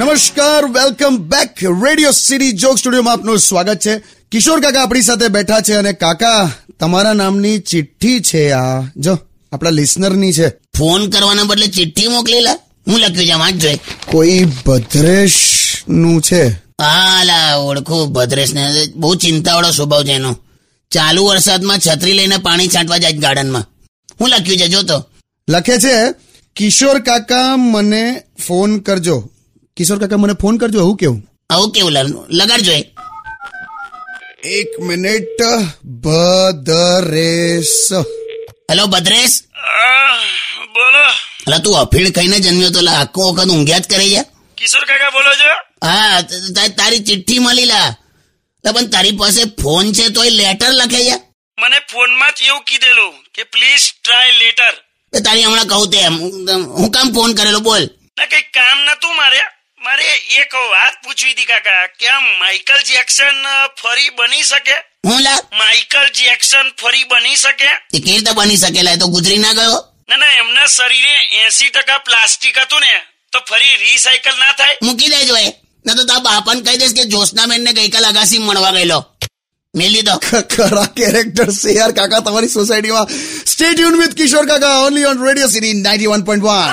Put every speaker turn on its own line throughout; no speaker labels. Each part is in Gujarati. નમસ્કાર welcome back radio city joke સ્ટુડિયોમાં આપનું સ્વાગત છે કિશોર કાકા આપણી સાથે બેઠા છે અને કાકા તમારા નામની ચિઠ્ઠી છે આ જો આપણા લિસનરની છે
ફોન કરવાના બદલે ચિઠ્ઠી મોકલી લા હું લખ્યું છે વાંચજો એક.
કોઈ ભદ્રેશ નું છે
હા લા ઓળખું ભદ્રેશને બહુ ચિંતાવાળો સ્વભાવ છે એનો ચાલુ વરસાદમાં છત્રી લઈને પાણી છાંટવા જાય છે ગાર્ડનમાં હું લખ્યું છે જો તો
લખે છે કિશોર કાકા મને ફોન કરજો કિશોર કાકા મને ફોન કરજો એવું કેવું
આવું કેવું લા- લગાડજો એક.
એક મિનિટ ભદરેશ
હેલો ભદ્રેશ
આહ, બોલો
અલા તું અફીણ ખાઈને જન્મ્યો તો લા આખો વખત ઊંઘ્યા જ કરે છે
કિશોર કાકા બોલો છો
હા ત- ત- તારી ચિઠ્ઠી મળી લા લા, પણ તારી પાસે ફોન છે તોય લેટર લખે છે
મને ફોનમાં જ એવું કીધેલું કે પ્લીઝ ટ્રાય લેટર
એ તારી હમણાં કહું તેમ હું- હું કામ ફોન કરેલો બોલ
ના કઈ કામ નતું મારે મારે એક વાત પૂછવી હતી કાકા કે આ માઇકલ જેક્સન અ, ફરી બની શકે
હું લા
માઇકલ જેક્સન ફરી બની શકે
એ કેવી રીતે બની શકેલા એ તો ગુજરી ના ગયો
ના ના એમના શરીરે એસી ટકા પ્લાસ્ટિક હતું ને તો ફરી રિસાયકલ ના થાય
મૂકી દેજો એ ન તો તારા બાપાને કહી દઈશ કે જ્યોત્સનાબેન ને ગઈકાલ અગાસી મળવા ગયેલો મેં લીધો
ખરા કેરેક્ટર છે યાર કાકા તમારી સોસાયટીમાં સ્ટે ટ્યુન વિથ કિશોર કાકા only on radio city 91.1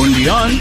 Only on